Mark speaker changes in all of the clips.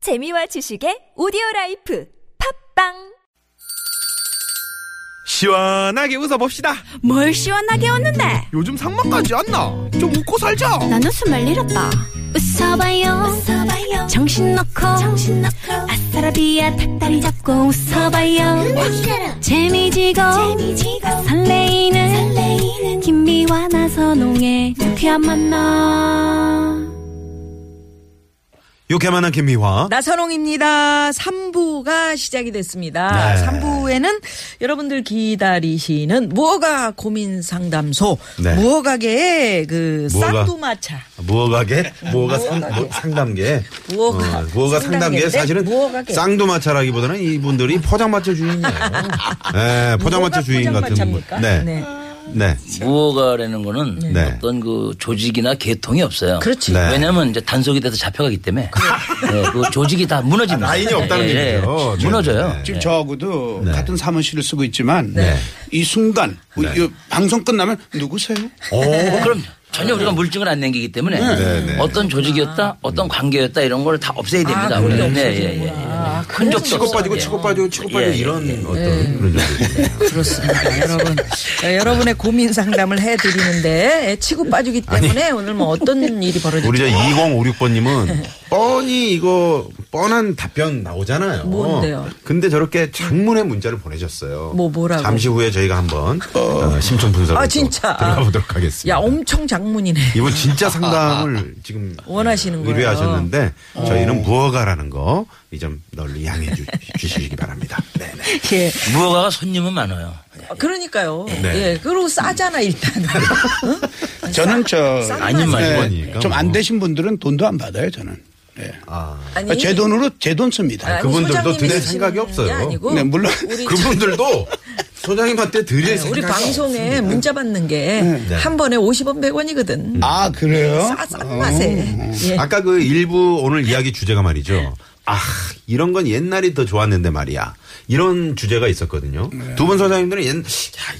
Speaker 1: 재미와 지식의 오디오 라이프 팝빵
Speaker 2: 시원하게 웃어봅시다.
Speaker 3: 뭘 시원하게 웃는데
Speaker 2: 요즘 상만까지 안 나. 좀 웃고 살자.
Speaker 3: 난 웃음을 잃었다 웃어봐요, 정신 놓고 아싸라비아 닭다리 잡고 웃어봐요 재미지고, 설레이는, 김미와 나선홍의 유쾌한 만남
Speaker 2: 유쾌만한 김미화.
Speaker 4: 나선홍입니다. 3부가 시작이 됐습니다.
Speaker 2: 네.
Speaker 4: 3부에는 여러분들 기다리시는 무허가 고민 상담소,
Speaker 2: 네.
Speaker 4: 무허가계의 그
Speaker 2: 무허가.
Speaker 4: 쌍두마차,
Speaker 2: 무허가게? 무허가 상, 뭐, 상담계. 어,
Speaker 4: 무허가.
Speaker 2: 무허가 상담계
Speaker 4: 상담계인데
Speaker 2: 사실은
Speaker 4: 무허가게.
Speaker 2: 쌍두마차라기보다는 이분들이 포장마차 주인이에요. 네, 포장마차
Speaker 4: 무허가
Speaker 2: 주인 같은 분.
Speaker 4: 포장마차입니까?
Speaker 2: 네. 네.
Speaker 4: 네.
Speaker 2: 네.
Speaker 5: 무허가라는 거는
Speaker 2: 네.
Speaker 5: 어떤 그 조직이나 계통이 없어요.
Speaker 4: 그렇지.
Speaker 2: 네.
Speaker 5: 왜냐하면 이제 단속이 돼서 잡혀가기 때문에 네, 그 조직이 다 무너집니다.
Speaker 2: 라인이 없다는 얘기죠. 네,
Speaker 5: 무너져요.
Speaker 2: 네.
Speaker 6: 지금 저하고도 같은 사무실을 쓰고 있지만 이 순간 뭐 이 방송 끝나면 누구세요?
Speaker 5: 어, 그럼 전혀 우리가 물증을 안 남기기 때문에
Speaker 2: 네.
Speaker 5: 어떤 조직이었다, 어떤 관계였다 이런 걸 다 없애야
Speaker 2: 아,
Speaker 5: 됩니다. 우리는 네, 예, 예. 흔적도
Speaker 2: 치고
Speaker 5: 없어요.
Speaker 2: 빠지고 치고 빠지고 치고 빠지고
Speaker 5: 예,
Speaker 2: 이런 어떤 그런
Speaker 4: 예.
Speaker 2: 점들.
Speaker 4: 네. 그렇습니다. 여러분. 자, 여러분의 고민 상담을 해드리는데 예, 치고 빠지기 때문에 오늘 뭐 어떤 일이
Speaker 2: 우리 저
Speaker 4: 벌어질지. 네.
Speaker 2: 2056번님은 뻔히 이거 뻔한 답변 나오잖아요.
Speaker 4: 뭔데요?
Speaker 2: 근데 저렇게 장문의 문자를 보내셨어요.
Speaker 4: 뭐, 뭐라고?
Speaker 2: 잠시 후에 저희가 한번 어, 심층 분석을
Speaker 4: 아,
Speaker 2: 또
Speaker 4: 진짜.
Speaker 2: 들어가 보도록 하겠습니다.
Speaker 4: 야, 엄청 장문이네.
Speaker 2: 이분 진짜 상담을 지금
Speaker 4: 원하시는 거예요. 어.
Speaker 2: 의뢰하셨는데 저희는 무허가라는 거 이 점 널리 양해 주, 주시기 바랍니다. 네네.
Speaker 4: 예.
Speaker 5: 무허가가 손님은 많아요.
Speaker 4: 아, 그러니까요.
Speaker 2: 네.
Speaker 4: 예. 그리고 싸잖아, 일단. 어?
Speaker 6: 저는
Speaker 4: 쌍-
Speaker 5: 아닌 말이고.
Speaker 2: 그러니까
Speaker 6: 네, 좀
Speaker 2: 뭐.
Speaker 6: 안 되신 분들은 돈도 안 받아요 저는. 예.
Speaker 2: 아,
Speaker 4: 아니.
Speaker 6: 제 돈으로 제 돈 씁니다.
Speaker 4: 아니,
Speaker 2: 그분들도
Speaker 4: 소장님이
Speaker 2: 드릴
Speaker 4: 주시는
Speaker 2: 생각이
Speaker 4: 게
Speaker 2: 없어요.
Speaker 4: 아니고
Speaker 6: 네, 물론
Speaker 4: 우리
Speaker 2: 그분들도 소장님한테 드릴
Speaker 4: 네, 우리
Speaker 2: 생각
Speaker 4: 방송에 문자 받는 게
Speaker 6: 네.
Speaker 4: 한 번에 50원 100원이거든.
Speaker 6: 아 그래요?
Speaker 4: 싸싼 맛에. 예. 네.
Speaker 2: 아까 그 일부 오늘 이야기 주제가 말이죠. 아, 이런 건 옛날이 더 좋았는데 말이야. 이런 주제가 있었거든요.
Speaker 6: 네.
Speaker 2: 두 분 소장님들은 옛, 야,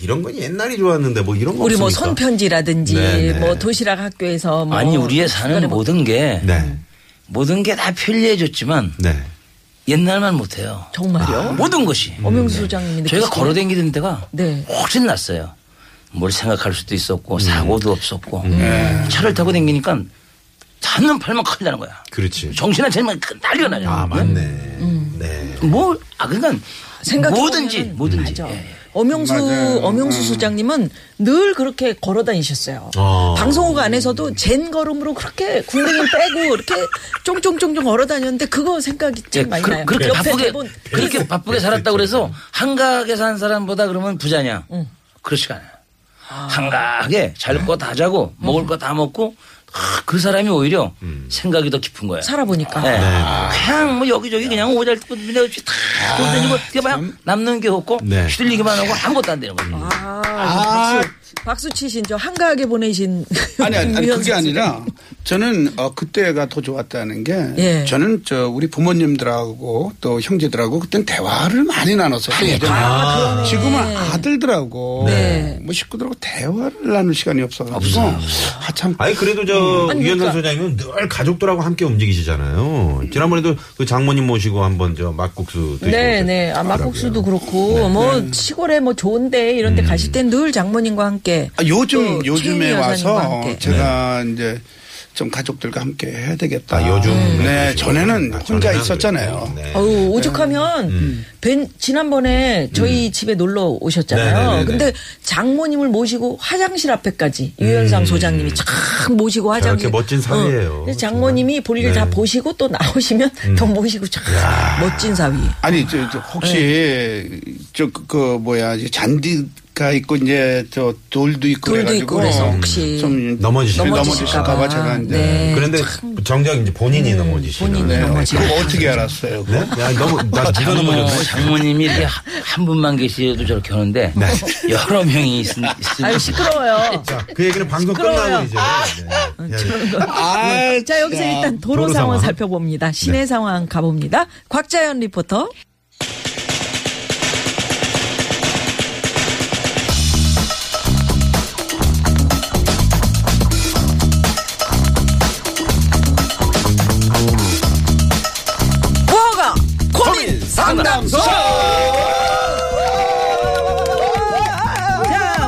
Speaker 2: 이런 건 옛날이 좋았는데 뭐 이런 거
Speaker 4: 우리 뭐
Speaker 2: 없습니까?
Speaker 4: 손편지라든지
Speaker 2: 네, 네.
Speaker 4: 뭐 도시락 학교에서 뭐
Speaker 5: 아니 우리의
Speaker 4: 중간에
Speaker 5: 사는
Speaker 4: 뭐
Speaker 5: 모든 게
Speaker 2: 어, 네.
Speaker 5: 모든 게 다 편리해졌지만
Speaker 2: 네.
Speaker 5: 옛날만 못해요.
Speaker 4: 정말요?
Speaker 2: 아.
Speaker 5: 모든 것이.
Speaker 2: 음, 네.
Speaker 4: 엄영수 소장님이
Speaker 5: 저희가
Speaker 4: 느끼시기에.
Speaker 5: 걸어다니는 데가
Speaker 4: 네.
Speaker 5: 훨씬 낫어요. 뭘 생각할 수도
Speaker 2: 음.
Speaker 5: 있었고 사고도 없었고
Speaker 2: 네.
Speaker 5: 차를 타고 다니니까 닿는 팔만 큰일 나는 거야.
Speaker 2: 그렇지.
Speaker 5: 정신 한 차리면 난리가 나요.
Speaker 2: 아, 맞네.
Speaker 4: 음,
Speaker 2: 네.
Speaker 5: 뭐, 아, 그러니까
Speaker 4: 생각해
Speaker 5: 뭐든지
Speaker 4: 보면은
Speaker 5: 뭐든지.
Speaker 4: 맞아.
Speaker 5: 예, 예.
Speaker 4: 엄영수
Speaker 6: 맞아요.
Speaker 4: 엄영수
Speaker 2: 음.
Speaker 4: 소장님은 늘 그렇게 걸어 다니셨어요.
Speaker 2: 어.
Speaker 4: 방송국 안에서도 젠 걸음으로 그렇게 궁둥이를 빼고 이렇게 쫑쫑쫑쫑 걸어 다녔는데 그거 생각이 참 많이 나요.
Speaker 5: 그, 렇게
Speaker 4: 옆에
Speaker 5: 바쁘게
Speaker 4: 대본
Speaker 5: 그렇게
Speaker 2: 네,
Speaker 5: 바쁘게 살았다
Speaker 2: 그렇죠.
Speaker 5: 그래서 한가하게 산 사람보다 그러면 부자냐? 그렇지가 않아요. 한가하게 잘
Speaker 2: 네.
Speaker 5: 거 다 자고 먹을 거 다 먹고 아, 그 사람이 오히려
Speaker 2: 음.
Speaker 5: 생각이 더 깊은 거야.
Speaker 4: 살아보니까
Speaker 5: 네. 그냥 뭐 여기저기 그냥 오잘 듣고 눈에 없이 다 돌리고 이게 막 남는 게 없고
Speaker 2: 아, 네.
Speaker 5: 휘둘리기만 하고 아무것도 안 되는 거예요.
Speaker 6: 아
Speaker 4: 박수 치신 저 한가하게 보내신
Speaker 6: 아니, 아니, 아니,
Speaker 4: 유현수
Speaker 6: 그게
Speaker 4: 소장님.
Speaker 6: 아니라 저는 어, 그때가 더 좋았다는 게
Speaker 4: 예.
Speaker 6: 저는 저 우리 부모님들하고 또 형제들하고 그땐 대화를 많이 나눴었어요.
Speaker 2: 아,
Speaker 4: 아,
Speaker 6: 지금은 아들들하고
Speaker 4: 네.
Speaker 6: 뭐 식구들하고 대화를 나눌 시간이 없어가지고
Speaker 5: 없어요.
Speaker 6: 아참
Speaker 2: 아니 그래도
Speaker 4: 음,
Speaker 2: 저
Speaker 4: 그러니까
Speaker 2: 유현상 소장님은 늘 가족들하고 함께 움직이시잖아요. 지난번에도 그 장모님 모시고 한번 저 막국수 드시고
Speaker 4: 네, 네. 아, 막국수도 그렇고,
Speaker 6: 네.
Speaker 4: 뭐, 시골에 뭐 좋은데, 이런 데 가실 땐 늘 장모님과 함께.
Speaker 6: 음. 아, 요즘
Speaker 4: 또 최윤희
Speaker 6: 요즘에
Speaker 4: 여사님과
Speaker 6: 와서
Speaker 4: 함께.
Speaker 6: 제가 이제 좀 가족들과 함께 해야 되겠다.
Speaker 2: 아, 요즘
Speaker 6: 네
Speaker 2: 그러시고.
Speaker 6: 전에는
Speaker 2: 아,
Speaker 6: 혼자
Speaker 2: 전에는
Speaker 6: 있었잖아요.
Speaker 2: 그랬구나. 네.
Speaker 4: 음. 어우,
Speaker 6: 네.
Speaker 4: 오죽하면,
Speaker 6: 음.
Speaker 4: 벤, 지난번에 저희 집에 놀러 오셨잖아요.
Speaker 2: 네, 네, 네, 네.
Speaker 4: 근데 장모님을 모시고 화장실 앞에까지
Speaker 6: 음.
Speaker 4: 유현상 소장님이 쫙 모시고 화장실. 어.
Speaker 2: 멋진 사위예요.
Speaker 4: 근데 장모님이
Speaker 6: 네.
Speaker 4: 볼일 다 보시고 또 나오시면
Speaker 6: 음.
Speaker 4: 더 모시고 쫙 멋진 사위.
Speaker 6: 아니 저, 저
Speaker 4: 네.
Speaker 6: 혹시 저 그 뭐야 이제 잔디가 있고 이제 저 돌도 있고
Speaker 4: 돌도
Speaker 6: 그래가지고
Speaker 4: 있고 그래서 혹시
Speaker 6: 좀
Speaker 2: 넘어지실까 봐.
Speaker 6: 넘어지실까 봐 제가 이제
Speaker 4: 네.
Speaker 2: 그런데 정작 이제 본인이 넘어지시는
Speaker 4: 음, 본인이
Speaker 2: 네.
Speaker 4: 넘어지-
Speaker 6: 그거 어떻게 알았어요?
Speaker 2: 네?
Speaker 6: 그거?
Speaker 2: 야, 너무 나 누가
Speaker 5: 장모,
Speaker 2: 넘어졌어?
Speaker 5: 장모님이 이렇게 하- 한 분만 계셔도 저렇게 하는데
Speaker 2: 네.
Speaker 5: 여러 명이 있, 있으니까
Speaker 4: 아유, 시끄러워요.
Speaker 2: 자, 그 얘기는 방송 끝나고
Speaker 4: 시끄러워요. 아.
Speaker 2: 이제. 네. 야,
Speaker 6: 아,
Speaker 4: 네, 자, 여기서 일단 도로,
Speaker 2: 도로
Speaker 4: 상황
Speaker 2: 상황.
Speaker 4: 살펴봅니다. 시내 상황 가봅니다. 곽자연 리포터.
Speaker 6: 상담소.
Speaker 4: 자,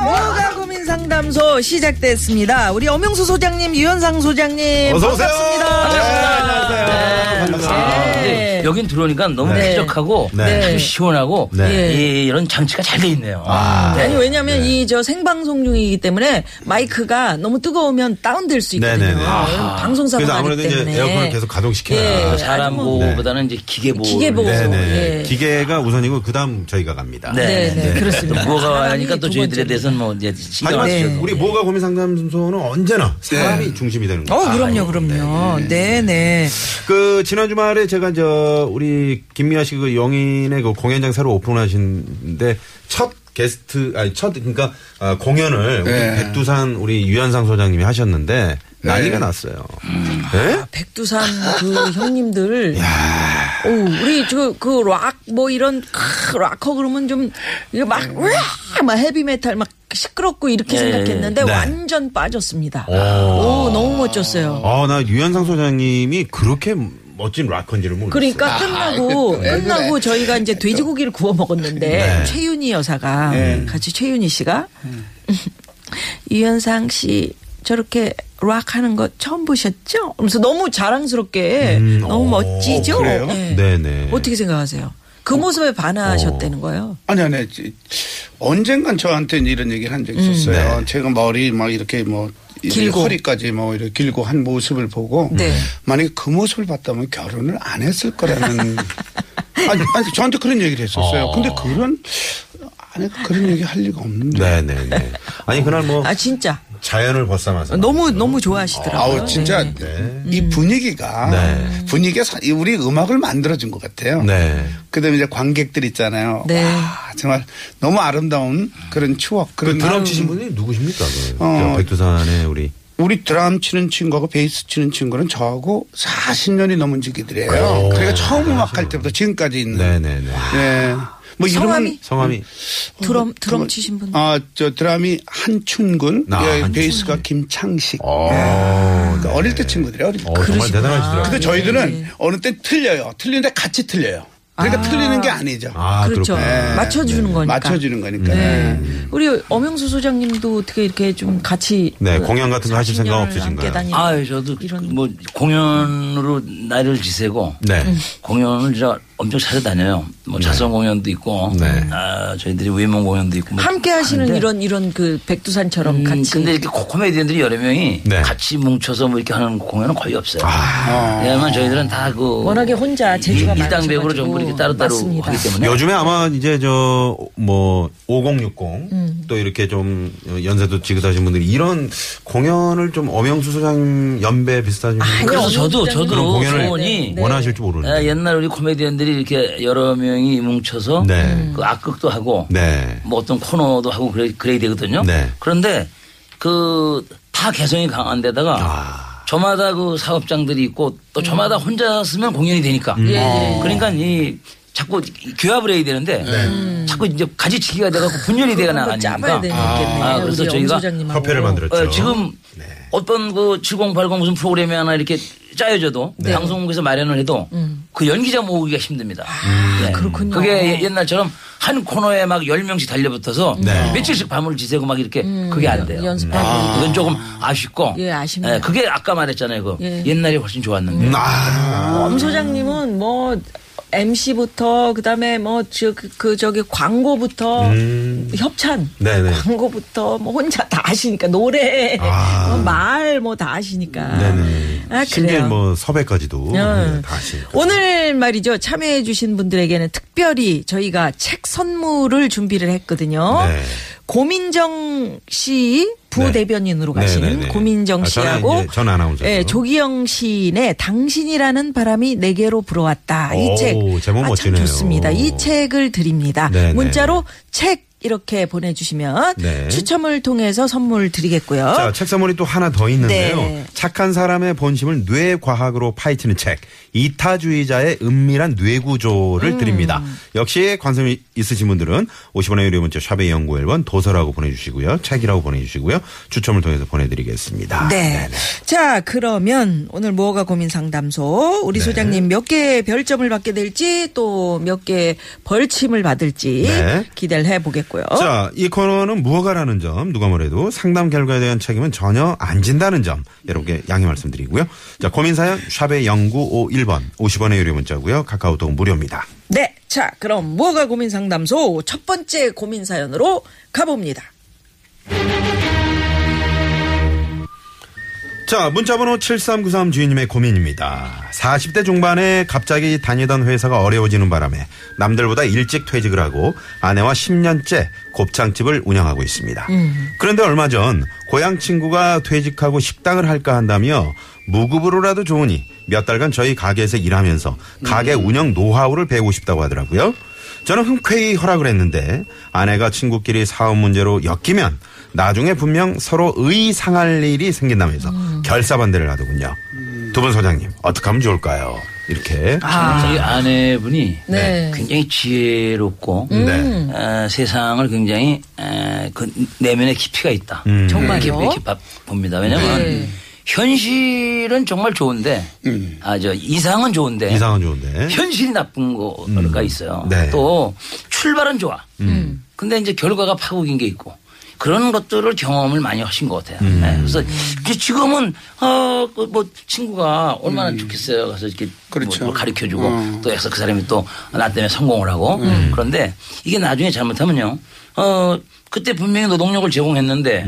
Speaker 4: 뭐가 고민 상담소 시작됐습니다. 우리 엄영수 소장님, 유현상 소장님.
Speaker 2: 어서 오세요.
Speaker 4: 반갑습니다. 네.
Speaker 2: 안녕하세요. 반갑습니다.
Speaker 5: 아, 근데 여긴 들어오니까 너무
Speaker 2: 네.
Speaker 5: 쾌적하고
Speaker 2: 네.
Speaker 5: 아주 시원하고
Speaker 2: 네.
Speaker 5: 이- 이런 장치가 잘 돼 있네요.
Speaker 4: 아, 아니 왜냐면 이 저 생방송 중이기 때문에 마이크가 너무 뜨거우면 다운될 수 있거든요.
Speaker 2: 네네네.
Speaker 4: 아, 방송사고
Speaker 2: 그래서
Speaker 4: 나기
Speaker 2: 아무래도 이제
Speaker 4: 때문에
Speaker 2: 에어컨을 계속 가동시켜야
Speaker 4: 예.
Speaker 5: 아, 사람
Speaker 4: 아주
Speaker 2: 네.
Speaker 5: 보호보다는 이제 기계 보호.
Speaker 4: 기계 보호.
Speaker 2: 네네.
Speaker 4: 예.
Speaker 2: 기계가 우선이고 그다음 저희가 갑니다.
Speaker 4: 네,
Speaker 5: 네,
Speaker 4: 네, 그렇습니다.
Speaker 5: 뭐가
Speaker 4: 사람이
Speaker 5: 하니까 또
Speaker 4: 두
Speaker 5: 저희들에
Speaker 4: 번째로.
Speaker 5: 대해서는 뭐
Speaker 2: 네.
Speaker 5: 이제 신경
Speaker 2: 하지만
Speaker 4: 네.
Speaker 5: 안 쓰죠.
Speaker 2: 우리 뭐가 고민 상담소는 언제나
Speaker 6: 네.
Speaker 2: 사람이 중심이 되는 거예요.
Speaker 7: 어, 그럼요, 그럼요. 네, 네.
Speaker 2: 그 지난 주말에 제가 저 우리 김미아 씨 그 영인의 그 공연장 새로 오픈하신데 첫 게스트 아니 첫 그러니까 아, 공연을 우리
Speaker 6: 네.
Speaker 2: 백두산 우리 유현상 소장님이 하셨는데 난리가 났어요. 예?
Speaker 4: 백두산 그 형님들. 오, 우리 저그락 뭐 이런 크, 락커 그러면 좀 이거 막 으아! 막 헤비 메탈 막 시끄럽고 이렇게
Speaker 5: 예,
Speaker 4: 생각했는데
Speaker 2: 네.
Speaker 4: 완전 빠졌습니다. 오, 너무 멋졌어요.
Speaker 2: 아, 나 유현상 소장님이 그렇게 멋진 락커인지를 몰랐어요.
Speaker 4: 그러니까 끝나고
Speaker 6: 왜 그래.
Speaker 4: 끝나고 저희가 이제 돼지고기를 구워 먹었는데 최윤희 여사가 같이 최윤희 씨가 이현상 씨 저렇게 락 하는 거 처음 보셨죠? 그러면서 너무 자랑스럽게
Speaker 2: 음,
Speaker 4: 너무
Speaker 2: 어,
Speaker 4: 멋지죠?
Speaker 6: 그래요?
Speaker 4: 네.
Speaker 5: 예.
Speaker 2: 네네.
Speaker 4: 어떻게 생각하세요? 그 모습에
Speaker 5: 어.
Speaker 4: 반하셨다는 거예요.
Speaker 6: 아니 아니 지- 언젠간 저한테 이런 얘기를 한 적이 있었어요. 제가 머리 막 이렇게 뭐 이렇게
Speaker 4: 음. 네. 길고.
Speaker 6: 허리까지 뭐 이렇게 길고 한 모습을 보고
Speaker 4: 네.
Speaker 6: 만약에 그 모습을 봤다면 결혼을 안 했을 거라는 아니, 아니 저한테 그런 얘기를 했었어요. 근데 그런 아니 그런 얘기 할 리가 없는데
Speaker 2: 네네네. 아니 그날
Speaker 5: 어.
Speaker 2: 뭐
Speaker 4: 아 진짜
Speaker 2: 자연을 벗삼아서
Speaker 7: 너무, 너무 좋아하시더라고요.
Speaker 6: 아우 진짜 네.
Speaker 4: 네.
Speaker 6: 음. 이 분위기가
Speaker 2: 음. 네.
Speaker 6: 분위기가 사- 이 우리 음악을 만들어준 것 같아요.
Speaker 2: 네.
Speaker 6: 그다음에 이제 관객들 있잖아요.
Speaker 4: 네.
Speaker 6: 와, 정말 너무 아름다운 그런 추억
Speaker 2: 그
Speaker 6: 그런
Speaker 2: 드럼
Speaker 6: 마음.
Speaker 2: 치신 분이 누구십니까? 그
Speaker 6: 어.
Speaker 2: 백두산의 우리
Speaker 6: 우리 드럼 치는 친구하고 베이스 치는 친구는 저하고 40년이 넘은 지기들이에요. 그러니까 처음 음악할 때부터 지금까지 있는.
Speaker 2: 어. 네. 네네네.
Speaker 6: 예. 뭐
Speaker 4: 성함이?
Speaker 6: 이름은
Speaker 2: 성함이
Speaker 4: 드럼 드럼 치신 분.
Speaker 6: 아저 드럼이 한춘군,
Speaker 2: 아,
Speaker 6: 예,
Speaker 2: 한춘군.
Speaker 6: 베이스가 김창식.
Speaker 2: 어,
Speaker 6: 그러니까 어릴 때 친구들이에요. 어릴 때.
Speaker 2: 어, 정말 대단하시더라고요.
Speaker 6: 근데 저희들은
Speaker 7: 네.
Speaker 6: 어느 때 틀려요. 틀리는데 같이 틀려요. 그러니까 틀리는 게 아니죠.
Speaker 2: 아,
Speaker 4: 그렇죠.
Speaker 5: 네.
Speaker 2: 그렇구나.
Speaker 4: 맞춰주는 거니까.
Speaker 7: 그러니까.
Speaker 6: 맞춰주는 거니까.
Speaker 4: 네. 우리 엄영수 소장님도 어떻게 이렇게 좀 같이
Speaker 2: 네,
Speaker 4: 그
Speaker 2: 공연 같은 거 하실 생각
Speaker 4: 40년을
Speaker 2: 없으신가요?
Speaker 4: 함께 다니는
Speaker 5: 아, 저도
Speaker 4: 이런-
Speaker 5: 뭐 공연으로 나이를 지새고
Speaker 2: 네.
Speaker 5: 공연을 제가 엄청 찾아다녀요. 뭐 자선 공연도 있고,
Speaker 2: 네.
Speaker 5: 아, 저희들이 외모 공연도 있고. 뭐
Speaker 4: 함께 하시는
Speaker 5: 하는데
Speaker 4: 이런 이런 그 백두산처럼
Speaker 5: 음,
Speaker 4: 같이
Speaker 5: 근데 이렇게 코- 코미디언들이 여러 명이
Speaker 2: 네.
Speaker 5: 같이 뭉쳐서 뭐 이렇게 하는 공연은 거의 없어요.
Speaker 2: 아.
Speaker 5: 왜냐하면 저희들은 다 그
Speaker 4: 워낙에 혼자 재주가 많으셔
Speaker 5: 일당 백으로 전부 이렇게 따로따로
Speaker 4: 맞습니다.
Speaker 5: 하기 때문에
Speaker 2: 요즘에 아마 이제 저 뭐 5060 또 이렇게 좀 연세도 지긋하신 분들이 이런 공연을 좀 엄영수 소장 연배 비슷하신 분들
Speaker 5: 그래서 저도
Speaker 2: 그런
Speaker 5: 저도
Speaker 2: 공연을
Speaker 4: 네,
Speaker 5: 소원이
Speaker 2: 원하실지 모르는데.
Speaker 5: 아, 옛날 우리 코미디언들이 이렇게 여러 명이 뭉쳐서
Speaker 2: 네.
Speaker 5: 그 악극도 하고
Speaker 2: 네.
Speaker 5: 뭐 어떤 코너도 하고 그래, 그래야 되거든요.
Speaker 2: 네.
Speaker 5: 그런데 그 다 개성이 강한 데다가
Speaker 2: 아.
Speaker 5: 저마다 그 사업장들이 있고 또
Speaker 4: 음.
Speaker 5: 저마다 혼자 쓰면 공연이 되니까.
Speaker 2: 음. 어.
Speaker 5: 그러니까 이 자꾸 이 규합을 해야 되는데
Speaker 2: 네. 음.
Speaker 5: 자꾸 이제 가지치기가 돼갖고 분열이 되가
Speaker 4: 한번
Speaker 5: 나가니까.
Speaker 4: 짜봐야 되겠네요.
Speaker 5: 아, 그래서
Speaker 4: 우리 엄
Speaker 5: 저희가
Speaker 4: 소장님하고.
Speaker 2: 협회를 만들었죠. 네.
Speaker 5: 어, 지금 어떤 그 7080 무슨 프로그램이 하나 이렇게 짜여져도
Speaker 2: 네.
Speaker 5: 방송국에서 마련을 해도
Speaker 4: 음.
Speaker 5: 그 연기자 모으기가 힘듭니다.
Speaker 4: 아.
Speaker 5: 네.
Speaker 4: 그렇군요.
Speaker 5: 그게 예- 옛날처럼 한 코너에 막 10명씩 달려붙어서
Speaker 2: 네.
Speaker 5: 며칠씩 밤을 지새고 막 이렇게 그게 안 돼요.
Speaker 4: 음,
Speaker 5: 네.
Speaker 4: 연습하고.
Speaker 5: 그건 조금 아쉽고.
Speaker 4: 예, 아쉽네요.
Speaker 5: 예, 그게 아까 말했잖아요. 그
Speaker 4: 예. 음.
Speaker 5: 옛날이 훨씬 좋았는데.
Speaker 2: 아,
Speaker 4: 엄 소장님은 뭐 MC부터 그다음에 뭐저그 그 저기 광고부터 협찬
Speaker 2: 음. 네네.
Speaker 4: 광고부터 뭐 혼자 다 하시니까 노래
Speaker 2: 아.
Speaker 4: 말 뭐 다 하시니까
Speaker 2: 네네.
Speaker 4: 아
Speaker 2: 심지어
Speaker 4: 그래요.
Speaker 2: 뭐 섭외까지도
Speaker 4: 음.
Speaker 2: 네, 다 하시니까.
Speaker 4: 오늘 말이죠 참여해 주신 분들에게는 특별히 저희가 책 선물을 준비를 했거든요.
Speaker 2: 네.
Speaker 4: 고민정 씨 부대변인으로
Speaker 2: 네.
Speaker 4: 가시는
Speaker 2: 네, 네, 네.
Speaker 4: 고민정
Speaker 2: 아, 저는
Speaker 4: 씨하고
Speaker 2: 이제 전 아나운서죠.
Speaker 4: 예, 조기영 시인의 당신이라는 바람이 내게로 불어왔다.
Speaker 2: 오,
Speaker 4: 이 책.
Speaker 2: 제목
Speaker 4: 아, 참
Speaker 2: 멋지네요.
Speaker 4: 좋습니다. 이 책을 드립니다.
Speaker 2: 네, 네.
Speaker 4: 문자로 책 이렇게 보내주시면
Speaker 2: 네.
Speaker 4: 추첨을 통해서 선물 드리겠고요.
Speaker 2: 자, 책 선물이 또 하나 더 있는데요.
Speaker 4: 어? 네.
Speaker 2: 착한 사람의 본심을 뇌과학으로 파헤치는 책. 이타주의자의 은밀한 뇌구조를 드립니다. 역시 관심 있으신 분들은 50원의 유료 문자 샵의 연구 1번 도서라고 보내주시고요. 책이라고 보내주시고요. 추첨을 통해서 보내드리겠습니다.
Speaker 7: 네. 자, 그러면 오늘 무허가 고민 상담소
Speaker 2: 네.
Speaker 7: 우리 소장님 몇 개의 별점을 받게 될지 또 몇 개의 벌침을 받을지
Speaker 2: 네.
Speaker 7: 기대를 해보겠고요.
Speaker 2: 자, 이 코너는 무허가라는 점, 누가 뭐래도 상담 결과에 대한 책임은 전혀 안 진다는 점, 여러분께 양해 말씀드리고요. 자, 고민사연, 샵의 0951번, 50원의 유료 문자고요 카카오톡 무료입니다.
Speaker 7: 네. 자, 그럼 무허가 고민 상담소 첫 번째 고민 사연으로 가봅니다.
Speaker 2: 자, 문자번호 7393 주인님의 고민입니다. 40대 중반에 갑자기 다니던 회사가 어려워지는 바람에 남들보다 일찍 퇴직을 하고 아내와 10년째 곱창집을 운영하고 있습니다. 그런데 얼마 전 고향 친구가 퇴직하고 식당을 할까 한다며 무급으로라도 좋으니 몇 달간 저희 가게에서 일하면서 가게 운영 노하우를 배우고 싶다고 하더라고요. 저는 흔쾌히 허락을 했는데 아내가 친구끼리 사업 문제로 엮이면 나중에 분명 서로 의상할 일이 생긴다면서
Speaker 5: 음.
Speaker 2: 결사반대를 하더군요. 두 분 소장님 어떻게 하면 좋을까요? 이렇게
Speaker 5: 아.
Speaker 4: 아.
Speaker 5: 저희 아내분이
Speaker 7: 네.
Speaker 5: 굉장히 지혜롭고
Speaker 2: 네.
Speaker 4: 음.
Speaker 5: 어, 세상을 굉장히 어, 그 내면의 깊이가 있다.
Speaker 2: 음.
Speaker 7: 정말요?
Speaker 5: 깊이 깊이 봅니다. 왜냐면
Speaker 7: 네.
Speaker 5: 현실은 정말 좋은데 아 저 이상은 좋은데
Speaker 2: 음. 이상은 좋은데
Speaker 5: 현실이 나쁜 거가 그러니까 있어요.
Speaker 2: 예. 네. 음.
Speaker 5: 또 출발은 좋아. 근데 이제 결과가 파국인 게 있고 그런 것들을 경험을 많이 하신 것 같아요.
Speaker 2: 음.
Speaker 5: 네. 그래서 이제 지금은 어뭐 친구가 얼마나 좋겠어요. 가서 이렇게
Speaker 6: 음.
Speaker 5: 뭐
Speaker 6: 그렇죠.
Speaker 5: 가르쳐 주고
Speaker 6: 어.
Speaker 5: 또 해서 그 사람이 또 나 때문에 성공을 하고
Speaker 2: 음.
Speaker 5: 그런데 이게 나중에 잘못하면요. 어 그때 분명히 노동력을 제공했는데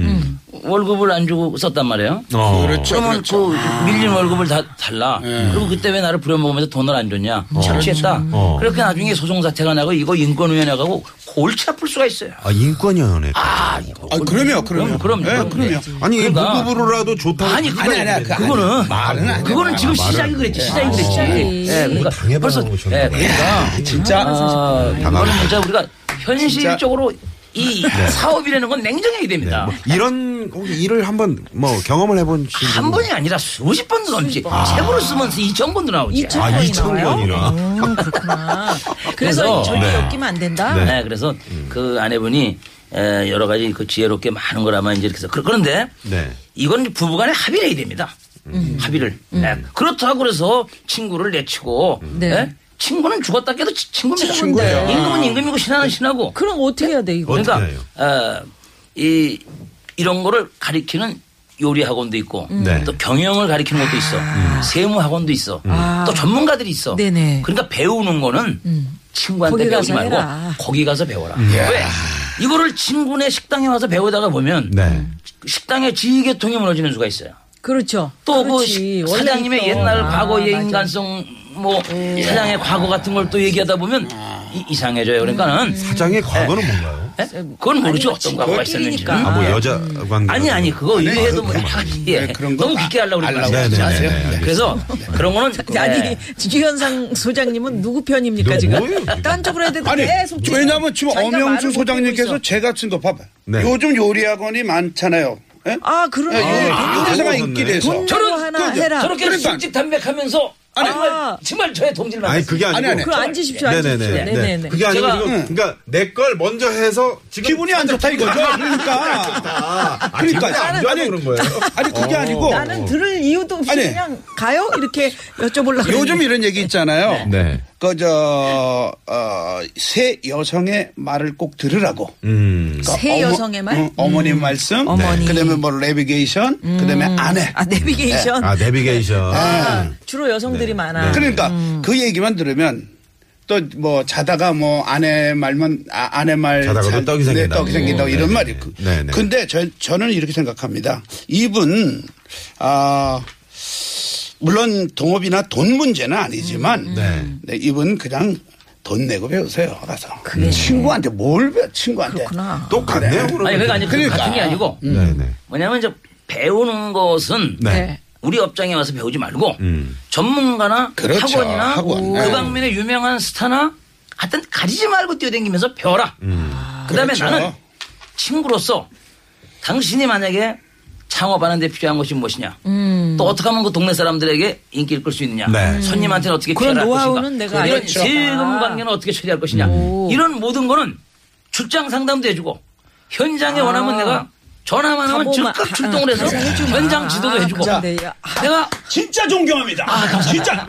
Speaker 5: 월급을 안 주고 썼단 말이에요.
Speaker 2: 음. 어.
Speaker 6: 그렇죠. 예.
Speaker 5: 그러면 그 밀린 월급을 다 달라. 그리고 그때 왜 나를 부려먹으면서 돈을 안 줬냐. 착취했다.
Speaker 6: 그렇죠.
Speaker 2: 어.
Speaker 5: 그렇게 나중에 소송사태가 나고 이거 인권위원회 가고 골치 아플 수가 있어요.
Speaker 2: 아 인권위원회
Speaker 5: 아, 이거.
Speaker 6: 아, 그럼요, 그럼요.
Speaker 5: 그럼, 그럼요.
Speaker 6: 네, 그럼요.
Speaker 2: 아니
Speaker 5: 그러니까-
Speaker 2: 무급으로라도 좋다고
Speaker 5: 아니, 그거,
Speaker 6: 아니, 아니,
Speaker 5: 그거는
Speaker 6: 말은 안 돼.
Speaker 5: 그거는 지금 시작이 그랬지, 시작이 그랬지.
Speaker 6: 아,
Speaker 5: 예, 그러니까
Speaker 2: 당해봐라
Speaker 5: 벌써,
Speaker 2: 하고 오셨네.
Speaker 5: 예, 그러니까 진짜 아, 이거는 진짜 우리가 현실적으로 이
Speaker 6: 네.
Speaker 5: 사업이라는 건 냉정해야 됩니다.
Speaker 2: 뭐 이런 혹시 일을 한번 뭐 경험을 해본 친구
Speaker 5: 한 번이 아니라 수십 번도 넘지.
Speaker 6: 아.
Speaker 5: 책으로 쓰면 2천 번도 나오지.
Speaker 7: 이천
Speaker 2: 아
Speaker 7: 번이
Speaker 2: 2천
Speaker 7: 나와요?
Speaker 2: 원이나
Speaker 7: 음, 그렇구나. 그래서
Speaker 5: 그래서-
Speaker 7: 절대
Speaker 2: 네.
Speaker 7: 엮이면 안 된다.
Speaker 2: 네.
Speaker 5: 네, 그래서 그 아내분이 에, 여러 가지 그 지혜롭게 많은 걸 아마 이제 이렇게 해서 그- 그런데
Speaker 2: 네.
Speaker 5: 이건 부부간의 합의를 해야 됩니다. 합의를. 네. 그렇다고 그래서 친구를 내치고
Speaker 7: 네.
Speaker 5: 예? 친구는 죽었다 깨도 치- 친구입니다.
Speaker 7: 친구인데요.
Speaker 5: 임금은 임금이고 신하는 신하고.
Speaker 7: 그럼 어떻게 해야 돼 이거?
Speaker 2: 어떻게
Speaker 5: 그러니까
Speaker 2: 해요?
Speaker 5: 어, 이 이런 거를 가리키는 요리 학원도 있고
Speaker 2: 네. 아. 음.
Speaker 5: 또 경영을 가리키는 것도 있어 음. 세무 학원도 있어 또 전문가들이 있어
Speaker 7: 네네. 음.
Speaker 5: 그러니까 배우는 거는 친구한테
Speaker 7: 거기
Speaker 5: 배우지
Speaker 7: 가서
Speaker 5: 말고
Speaker 7: 해라.
Speaker 5: 거기 가서 배워라
Speaker 2: 음.
Speaker 5: 왜 이거를 친구네 식당에 와서 배우다가 보면
Speaker 2: 네.
Speaker 5: 식당의 지휘계통이 무너지는 수가 있어요
Speaker 7: 그렇죠.
Speaker 5: 또
Speaker 7: 그렇지.
Speaker 5: 그
Speaker 7: 원래
Speaker 5: 사장님의
Speaker 7: 있던.
Speaker 5: 옛날
Speaker 7: 아, 네.
Speaker 5: 과거의
Speaker 7: 맞아.
Speaker 5: 인간성 뭐 사장의 과거 같은 걸 또 얘기하다 보면 이, 상해져요 그러니까는
Speaker 7: 음.
Speaker 2: 사장의 과거는 뭔가요?
Speaker 5: 예? 그건 모르죠 어떤 과거가 있었는지 음.
Speaker 7: 끼리니까.
Speaker 2: 아 뭐 여자 관계
Speaker 5: 아니 아니 그거 이외에도 뭐
Speaker 6: 그런
Speaker 5: 여러
Speaker 6: 거.
Speaker 5: 가지, 예.
Speaker 6: 네, 그런 거
Speaker 5: 너무
Speaker 6: 아,
Speaker 5: 깊게 하려고 그러지
Speaker 6: 알라고
Speaker 5: 마세요.
Speaker 2: 하지
Speaker 5: 아세요?
Speaker 2: 마세요. 네,
Speaker 5: 그래서 그런 거는
Speaker 7: 아니
Speaker 5: 네.
Speaker 7: 지현상 소장님은 누구 편입니까
Speaker 2: 너
Speaker 7: 지금?
Speaker 2: 뭐예요, 지금?
Speaker 7: 딴 쪽으로 해야 되는데
Speaker 6: 아니,
Speaker 7: 네, 계속 지금
Speaker 6: 왜냐면 지금
Speaker 7: 자기가 말을
Speaker 6: 엄영수
Speaker 7: 못 듣고
Speaker 6: 소장님께서
Speaker 7: 있어.
Speaker 6: 제가 쓴 거 봐봐.
Speaker 2: 네.
Speaker 6: 요즘 요리학원이 많잖아요. 예?
Speaker 7: 아
Speaker 6: 예, 예.
Speaker 7: 그러네.
Speaker 6: 요리사가
Speaker 2: 아,
Speaker 6: 인기돼서.
Speaker 7: 돈 저런 하나
Speaker 6: 그죠?
Speaker 7: 해라.
Speaker 5: 저렇게
Speaker 6: 그러니까.
Speaker 5: 솔직 담백하면서
Speaker 6: 아니,
Speaker 5: 정말
Speaker 7: 아.
Speaker 5: 정말 저의 동질
Speaker 2: 아니
Speaker 5: 만났어요.
Speaker 2: 그게 아니고
Speaker 6: 아니, 아니. 음.
Speaker 7: 그럼 앉으십시오.
Speaker 2: 네네네.
Speaker 7: 앉으십시오.
Speaker 2: 네.
Speaker 7: 네네네.
Speaker 2: 그게 아니고
Speaker 5: 제가-
Speaker 2: 지금 그러니까 내 걸 먼저 해서 지금
Speaker 6: 기분이 안 좋다 이거죠. 아, 그러니까.
Speaker 2: 아,
Speaker 6: 그러니까.
Speaker 2: 기분이 안 좋아서 그런 거예요.
Speaker 6: 아니, 그게 아니고.
Speaker 7: 어. 나는 들을 이유도 없이
Speaker 6: 아니.
Speaker 7: 그냥 가요 이렇게 여쭤보려고.
Speaker 6: 요즘 이런 얘기 있잖아요. 그,
Speaker 2: 네.
Speaker 6: 그저 어, 새 여성의 말을 꼭 들으라고.
Speaker 2: 음.
Speaker 6: 그러니까
Speaker 7: 새 여성의 말? 음.
Speaker 6: 어, 어머님 말씀.
Speaker 7: 어머니.
Speaker 6: 그다음에 뭐 내비게이션. 그다음에 아내.
Speaker 7: 아 내비게이션
Speaker 2: 아 네. 내비게이션.
Speaker 7: 주로 여성들이 많아.
Speaker 6: 그러니까
Speaker 7: 음.
Speaker 6: 그 얘기만 들으면 또 뭐 자다가 뭐 아내 말만 아, 아내 말
Speaker 2: 자다가도
Speaker 6: 잘-
Speaker 2: 떡이
Speaker 6: 네,
Speaker 2: 생긴다.
Speaker 6: 떡이 생긴다
Speaker 2: 음.
Speaker 6: 이런
Speaker 2: 네네.
Speaker 6: 말이
Speaker 2: 네네.
Speaker 6: 그 근데 저, 저는 이렇게 생각합니다. 이분 아 물론 동업이나 돈 문제는 아니지만
Speaker 2: 네.
Speaker 6: 네, 이분 그냥 돈 내고 배우세요 가서 음. 친구한테 뭘 배워 친구한테
Speaker 7: 그렇구나.
Speaker 2: 똑같네요. 그러면.
Speaker 5: 아니 그게 아니고
Speaker 6: 그러니까.
Speaker 5: 같은 게 아니고
Speaker 2: 네네.
Speaker 5: 뭐냐면 이제 배우는 것은
Speaker 2: 네.
Speaker 5: 우리 업장에 와서 배우지 말고
Speaker 2: 음.
Speaker 5: 전문가나
Speaker 6: 그렇죠.
Speaker 5: 학원이나
Speaker 6: 학원.
Speaker 5: 그
Speaker 6: 네.
Speaker 5: 방면에 유명한 스타나 하여튼 가리지 말고 뛰어다니면서 배워라. 음. 그다음에
Speaker 6: 그렇죠.
Speaker 5: 나는 친구로서 당신이 만약에 창업하는 데 필요한 것이 무엇이냐.
Speaker 4: 음.
Speaker 5: 또 어떻게 하면 그 동네 사람들에게 인기를 끌 수 있느냐.
Speaker 2: 네.
Speaker 5: 손님한테는 어떻게
Speaker 4: 그런
Speaker 5: 피할 것인가.
Speaker 4: 노하우는 내가
Speaker 5: 이런
Speaker 4: 알겠죠. 음.
Speaker 5: 세금 관계는 어떻게 처리할 것이냐. 이런 모든 거는 출장 상담도 해주고 현장에 원하면 내가 전화만 하면
Speaker 4: 아. 가보마-
Speaker 5: 즉각 출동을 해서
Speaker 4: 아, 그래, 해주마.
Speaker 5: 현장 지도도
Speaker 4: 아,
Speaker 5: 해주고
Speaker 4: 그런데 야,
Speaker 5: 내가
Speaker 6: 진짜 존경합니다. 진짜.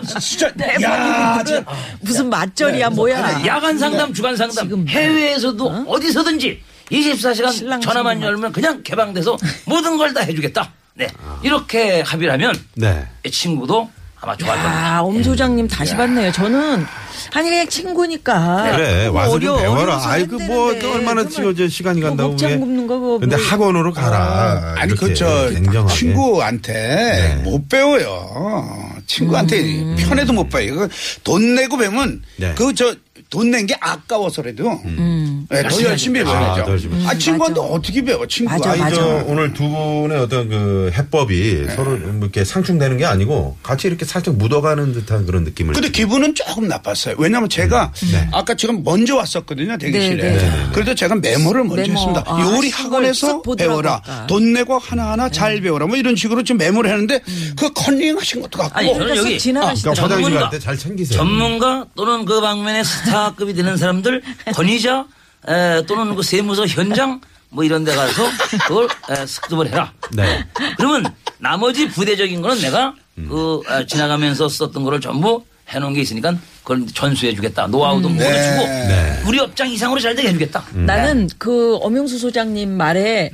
Speaker 6: 진짜.
Speaker 7: 네,
Speaker 6: 야, 진짜.
Speaker 4: 무슨 맞절이야 뭐야.
Speaker 5: 야간 상담, 주간 상담, 해외에서도 어? 디서든지 24시간
Speaker 4: 신랑
Speaker 5: 전화만
Speaker 4: 신부만.
Speaker 5: 열면 그냥 개방돼서 모든 걸 다 해주겠다. 네.
Speaker 4: 아.
Speaker 5: 이렇게 합의를 하면
Speaker 2: 네.
Speaker 5: 이 친구도 아마 좋아할 겁니다.
Speaker 4: 아, 엄 소장님 다시 봤네요. 저는 아니 그냥 친구니까.
Speaker 2: 그래
Speaker 4: 뭐
Speaker 2: 와서
Speaker 4: 어려워,
Speaker 2: 좀 배워라.
Speaker 4: 어려워서
Speaker 2: 아이 그뭐
Speaker 4: 한다는데.
Speaker 2: 얼마나
Speaker 4: 그러면
Speaker 2: 지금 저 시간이
Speaker 4: 뭐
Speaker 2: 간다고
Speaker 4: 목장
Speaker 2: 그게.
Speaker 4: 굽는 거 그거
Speaker 2: 근데
Speaker 4: 뭐-
Speaker 2: 학원으로 가라.
Speaker 6: 아니 그렇죠.
Speaker 2: 이렇게
Speaker 6: 그저
Speaker 2: 냉정하게. 네.
Speaker 6: 친구한테 못 배워요. 친구한테
Speaker 4: 음.
Speaker 6: 편해도 못 배워. 이거 돈 내고 배우면
Speaker 2: 네.
Speaker 6: 그 저 돈 낸 게 아까워서라도 네, 더
Speaker 5: 열심히
Speaker 6: 열심히
Speaker 2: 하죠. 음. 아,
Speaker 6: 배워야죠.
Speaker 2: 더 열심히
Speaker 6: 아, 친구한테 어떻게 배워? 친구
Speaker 4: 맞아,
Speaker 6: 아이
Speaker 2: 아니
Speaker 4: 맞아.
Speaker 2: 저 오늘 두 분의 어떤 그 해법이 서로 뭐 이렇게 상충되는 게 아니고 같이 이렇게 살짝 묻어가는 듯한 그런 느낌을.
Speaker 6: 근데 기분은 조금 나빴어요. 왜냐하면 제가
Speaker 2: 음. 네.
Speaker 6: 아까 제가 먼저 왔었거든요 대기실에.
Speaker 4: 네,
Speaker 6: 그래도 제가 메모를 먼저
Speaker 4: 메모.
Speaker 6: 했습니다.
Speaker 4: 아,
Speaker 6: 요리
Speaker 4: 한
Speaker 6: 학원에서
Speaker 4: 걸 쓱 보더라고 그러니까.
Speaker 6: 배워라.
Speaker 4: 아까. 네.
Speaker 6: 돈 내고 하나 하나 잘 배워라. 뭐 이런 식으로 좀 메모를 했는데
Speaker 4: 음.
Speaker 6: 그 커닝하신 것도 같고.
Speaker 5: 아니, 저는
Speaker 4: 어, 그래서
Speaker 5: 여기
Speaker 2: 그러니까
Speaker 4: 지나가시더라고요.
Speaker 2: 화장실
Speaker 5: 전문가.
Speaker 2: 갈 때 잘 챙기세요.
Speaker 5: 전문가 또는 그 방면의 스타급이 되는 사람들, 권위자 에, 또는 그 세무서 현장 뭐 이런 데 가서 그걸 에, 습득을 해라.
Speaker 2: 네.
Speaker 5: 그러면 나머지 부대적인 거는 내가 그 에, 지나가면서 썼던 거를 전부 해놓은 게 있으니까 그걸 전수해 주겠다. 노하우도
Speaker 4: 음,
Speaker 5: 모두 주고
Speaker 4: 네.
Speaker 2: 네.
Speaker 5: 우리 업장 이상으로 잘 되게 해주겠다.
Speaker 2: 음.
Speaker 4: 나는 그 엄영수 소장님 말에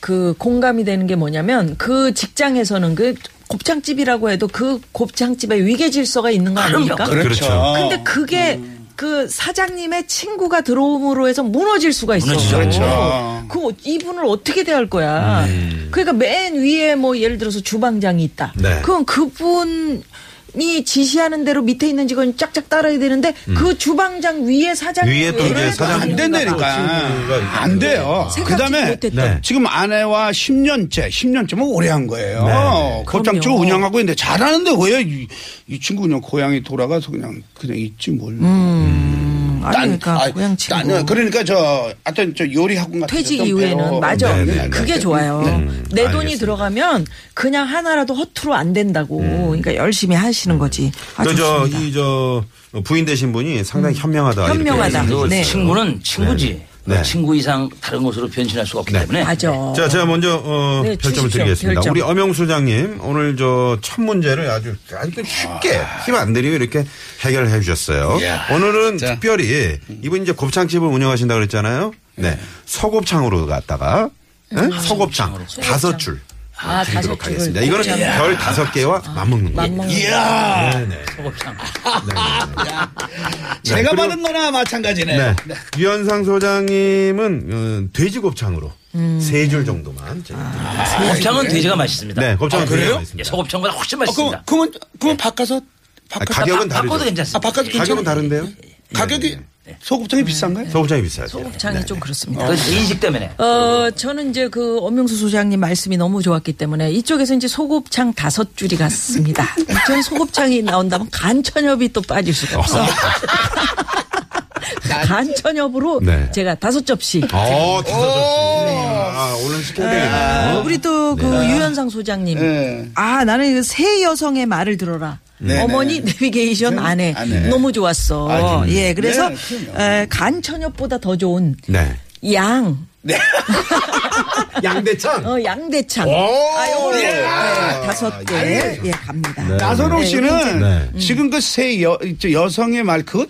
Speaker 4: 그 공감이 되는 게 뭐냐면 그 직장에서는 그 곱창집이라고 해도 그 곱창집의 위계 질서가 있는 거
Speaker 5: 그럼요.
Speaker 4: 아닙니까?
Speaker 2: 그렇죠.
Speaker 6: 어.
Speaker 4: 근데 그게 그 사장님의 친구가 들어옴으로 해서 무너질 수가 있어.
Speaker 5: 무너지죠.
Speaker 6: 그렇죠.
Speaker 4: 그 이분을 어떻게 대할 거야. 그러니까 맨 위에 뭐 예를 들어서 주방장이 있다.
Speaker 2: 네.
Speaker 4: 그럼 그분 이 지시하는 대로 밑에 있는 직원이 쫙쫙 따라야 되는데 그 주방장 위에 사장님
Speaker 2: 위에 또 이제
Speaker 4: 그러니까
Speaker 2: 사장-
Speaker 6: 안 된다니까.
Speaker 2: 친구가
Speaker 6: 안 돼요. 그
Speaker 4: 생각지도
Speaker 6: 다음에
Speaker 4: 못했던.
Speaker 2: 네.
Speaker 6: 지금 아내와 10년째, 10년째면 뭐 오래 한 거예요.
Speaker 2: 네.
Speaker 6: 곱창 쭉
Speaker 4: 그럼요.
Speaker 6: 운영하고 있는데 잘하는데 왜 이 친구 그냥 고향에 돌아가서 그냥 그냥 있지 뭘. 딴-
Speaker 4: 음, 그러니까
Speaker 6: 아이,
Speaker 4: 고향 친구.
Speaker 6: 딴- 그러니까 저 하여튼 저 요리 학원 같은
Speaker 4: 퇴직
Speaker 6: 데좀 배워.
Speaker 4: 이후에는 맞아
Speaker 2: 네, 네,
Speaker 4: 그게 좋아요 내 돈이
Speaker 2: 알겠습니다.
Speaker 4: 들어가면 그냥 하나라도 허투루 안 된다고 그러니까 열심히 하시는 거지 아,
Speaker 2: 음. 그 저
Speaker 4: 좋습니다.
Speaker 2: 이 저 부인 되신 분이 상당히 현명하다. 이렇게
Speaker 4: 현명하다.
Speaker 5: 그
Speaker 2: 말씀해
Speaker 4: 네.
Speaker 2: 주셨어요.
Speaker 5: 친구는 친구지. 그
Speaker 2: 네. 네.
Speaker 5: 친구 이상 다른 곳으로 변신할 수가 없기
Speaker 2: 네.
Speaker 5: 때문에
Speaker 4: 맞아
Speaker 2: 자, 제가 먼저 어,
Speaker 4: 네,
Speaker 2: 별점을
Speaker 4: 주십시오.
Speaker 2: 드리겠습니다.
Speaker 4: 별점.
Speaker 2: 우리 엄영수 장님 오늘 저 첫 문제를 아주 아주 쉽게 힘 안 들이고 이렇게 해결해 주셨어요.
Speaker 6: 이야.
Speaker 2: 오늘은
Speaker 6: 자.
Speaker 2: 특별히 이분 이제 곱창집을 운영하신다 그랬잖아요. 네, 소곱창으로 갔다가 네? 소곱창 다섯 줄
Speaker 4: 아, 다섯
Speaker 2: 드리도록
Speaker 4: 줄을
Speaker 2: 하겠습니다. 이거는 별 다섯 개와 맞먹는 거예요.
Speaker 6: 이야.
Speaker 2: 네, 네.
Speaker 4: 그렇죠.
Speaker 5: 소곱창.
Speaker 6: 제가
Speaker 2: 그리고-
Speaker 6: 받은 거나 마찬가지네요.
Speaker 2: 네. 유현상 소장님은 어, 돼지곱창으로 세 줄 정도만. 제가 드리겠습니다.
Speaker 5: 아, 곱창은 돼지가 맛있습니다.
Speaker 2: 아, 네, 곱창은
Speaker 6: 아, 그래요?
Speaker 2: 드리도록 하겠습니다.
Speaker 5: 예, 소곱창보다 훨씬
Speaker 6: 어,
Speaker 5: 맛있습니다.
Speaker 6: 그럼 그러면 그러면 바꿔서
Speaker 2: 아,
Speaker 6: 바꿔
Speaker 2: 가격은
Speaker 5: 바- 바꿔도
Speaker 2: 다르죠.
Speaker 5: 괜찮습니다. 예.
Speaker 6: 아, 바꿔도 괜찮-
Speaker 2: 가격은 다른데요? 네.
Speaker 6: 가격이 소곱창이 비싼가요?
Speaker 2: 소곱창이 비싸요.
Speaker 4: 소곱창이
Speaker 2: 네.
Speaker 4: 좀 그렇습니다.
Speaker 5: 그 인식 때문에.
Speaker 4: 어, 저는 이제 그 엄명수 소장님 말씀이 너무 좋았기 때문에 이쪽에서 이제 소곱창 다섯 줄이 갔습니다. 전 소곱창이 나온다면 간천엽이 또 빠질 수가 없어. 간천엽으로
Speaker 2: 네.
Speaker 4: 제가 다섯 접시.
Speaker 2: 어, 다섯 접시. 아, 오늘 스케줄이네요.
Speaker 6: 어,
Speaker 4: 우리 또 그 유현상 소장님.
Speaker 6: 네.
Speaker 4: 아, 나는 이새 여성의 말을 들어라.
Speaker 6: 네,
Speaker 4: 어머니 내비게이션 안에
Speaker 6: 아내.
Speaker 4: 너무 좋았어.
Speaker 6: 아, 네.
Speaker 4: 예, 그래서
Speaker 6: 네, 그럼요.
Speaker 4: 에, 간천엽보다 더 좋은
Speaker 2: 네.
Speaker 4: 양,
Speaker 2: 양대창.
Speaker 4: 어, 양대창. 아, 요거를 네, 다섯 개 예, 갑니다.
Speaker 6: 나선홍 씨는
Speaker 2: 네.
Speaker 6: 지금 그 세 여, 저 여성의 말 그것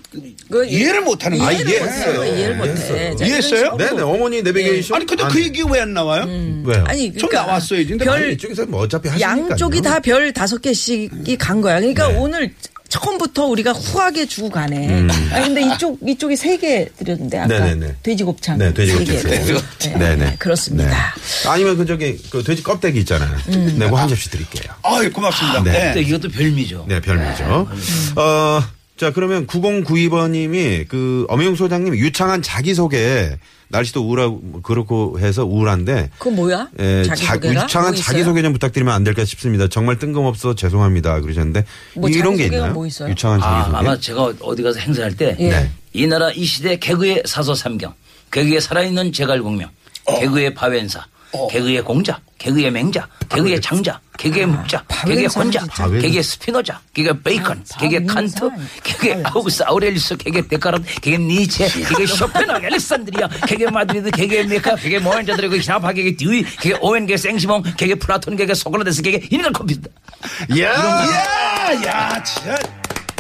Speaker 4: 그
Speaker 6: 네. 이해를 못하는
Speaker 2: 아,
Speaker 6: 거예요.
Speaker 2: 이해를
Speaker 4: 못해요.
Speaker 2: 했어요.
Speaker 4: 이해를 못해.
Speaker 2: 이해했어요. 예.
Speaker 4: 자, 이런
Speaker 6: 이해했어요?
Speaker 4: 식으로.
Speaker 2: 네네, 어머니 내비게이션.
Speaker 6: 아니 근데
Speaker 2: 안-
Speaker 6: 그 얘기 왜 안 나와요?
Speaker 2: 왜요?
Speaker 4: 아니,
Speaker 6: 좀
Speaker 4: 그러니까
Speaker 6: 나왔어야지. 근데
Speaker 2: 아니,
Speaker 4: 별
Speaker 2: 이쪽에서 뭐 어차피 하시니까요. 네.
Speaker 4: 양쪽이 다 별 다섯 개씩이 간 거야. 그러니까 오늘 처음부터 우리가 후하게 주고 가네. 아 근데 이쪽 이쪽이 세 개 드렸는데 아까
Speaker 2: 음. 네네네.
Speaker 4: 돼지곱창.
Speaker 2: 네, 돼지곱창.
Speaker 4: 세 개.
Speaker 2: 돼지곱창.
Speaker 4: 네,
Speaker 2: 네네.
Speaker 4: 그렇습니다.
Speaker 2: 네. 아니면 그 저기 그 돼지 껍데기 있잖아요. 네, 그거 한 접시 드릴게요.
Speaker 6: 아유 고맙습니다.
Speaker 2: 네.
Speaker 6: 네.
Speaker 5: 근데 이것도 별미죠.
Speaker 2: 네, 별미죠. 어, 자, 그러면 9092번님이 그 엄영 소장님 유창한 자기소개 날씨도 우울하고 뭐 그렇고 해서 우울한데
Speaker 4: 그건 뭐야?
Speaker 2: 예, 자,
Speaker 4: 자기소개가?
Speaker 2: 유창한
Speaker 4: 뭐 있어요?
Speaker 2: 자기소개 좀 부탁드리면 안 될까 싶습니다. 정말 뜬금없어 죄송합니다. 그러셨는데
Speaker 4: 뭐
Speaker 2: 이런 게
Speaker 4: 자기소개가
Speaker 2: 있나요?
Speaker 4: 뭐 있어요?
Speaker 2: 유창한
Speaker 5: 아,
Speaker 2: 자기소개.
Speaker 5: 아마 제가 어디 가서 행사할 때,
Speaker 2: 네.
Speaker 5: 이 나라 이 시대 개그의 사서삼경, 개그의 살아있는 제갈공명, 개그의 바웬사, 개그의 공자, 개그의 맹자, 개그의 장자, 개그의 묵자, 개그의 혼자,
Speaker 2: 바벨.
Speaker 5: 개그의 스피노자, 개그의 베이컨, 개그의 칸트, 개그의 아우구스 아우렐리스, 개그의 데카르트, 개그의 니체, 개그의 쇼펜, 알렉산드리아, 개그의 마드리드, 개그의 메카, 개그의 모헨자드레고, 히나파, 개그의 듀이, 개그의 오웬, 개그의 생시몽, 개그의 플라톤, 개그의 소크라테스, 개그의 인간 컴퓨터.
Speaker 6: 아, 야, 야, 진짜.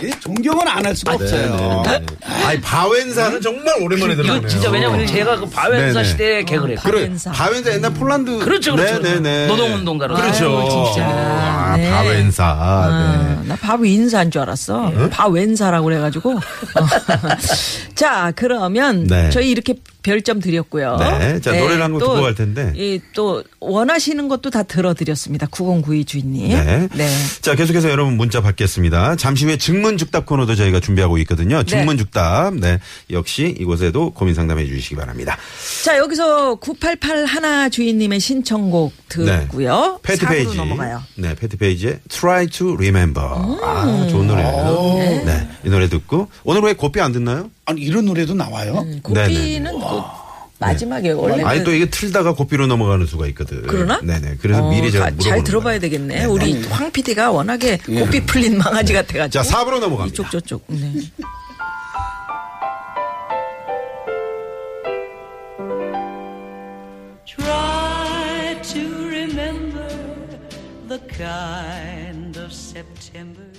Speaker 6: 이 존경은 안 할 수가 없어요.
Speaker 2: 네. 아니 바웬사는 정말 오랜만에 들어보네요.
Speaker 5: 이거 진짜 왜냐면 제가 그 바웬사
Speaker 2: 네네.
Speaker 5: 시대의 개그를 했거든요.
Speaker 2: 그래 바웬사 옛날 폴란드
Speaker 5: 그렇죠, 그렇죠.
Speaker 2: 네네네
Speaker 5: 노동운동가로.
Speaker 2: 그렇죠.
Speaker 5: 아유, 진짜.
Speaker 2: 아, 바웬사 네. 예?
Speaker 4: 아, 나 밥 인사인 줄 알았어. 밥 왼사라고 그래가지고. 어. 자, 그러면
Speaker 2: 네.
Speaker 4: 저희 이렇게 별점 드렸고요.
Speaker 2: 네, 자, 노래를 한곡
Speaker 4: 또
Speaker 2: 듣고 갈 텐데.
Speaker 4: 이, 또 원하시는 것도 다 들어드렸습니다. 9092 주인님.
Speaker 2: 네.
Speaker 4: 네.
Speaker 2: 자, 계속해서 여러분 문자 받겠습니다. 잠시 후에 증문즉답 코너도 저희가 준비하고 있거든요. 증문즉답. 네. 역시 이곳에도 고민 상담해 주시기 바랍니다.
Speaker 4: 자, 여기서 988 하나 주인님의 신청곡 듣고요.
Speaker 2: 네. 페트
Speaker 4: 어, 사부로
Speaker 2: 페이지.
Speaker 4: 넘어가요.
Speaker 2: 네, 페트 페이지에 Try to Remember. 아, 좋은
Speaker 4: 음.
Speaker 2: 노래예요. 네. 이 노래 듣고 오늘 왜 고삐 안 듣나요?
Speaker 6: 아니, 이런 노래도 나와요?
Speaker 2: 음.
Speaker 4: 고삐는 그 마지막에 원래
Speaker 2: 네. 아니 또 이게 틀다가 고삐로 넘어가는 수가 있거든.
Speaker 4: 네. 그러나?
Speaker 2: 네네. 그래서
Speaker 4: 어,
Speaker 2: 미리 제가
Speaker 4: 가-
Speaker 2: 물어보는
Speaker 4: 잘 들어봐야
Speaker 2: 거예요.
Speaker 4: 되겠네.
Speaker 2: 네, 예.
Speaker 4: 우리 황 PD가 워낙에 고삐 풀린 망아지 같아가지고.
Speaker 2: 자, 4부로 넘어갑니다.
Speaker 4: 이쪽 저쪽. 네.
Speaker 8: Try to remember the kind of September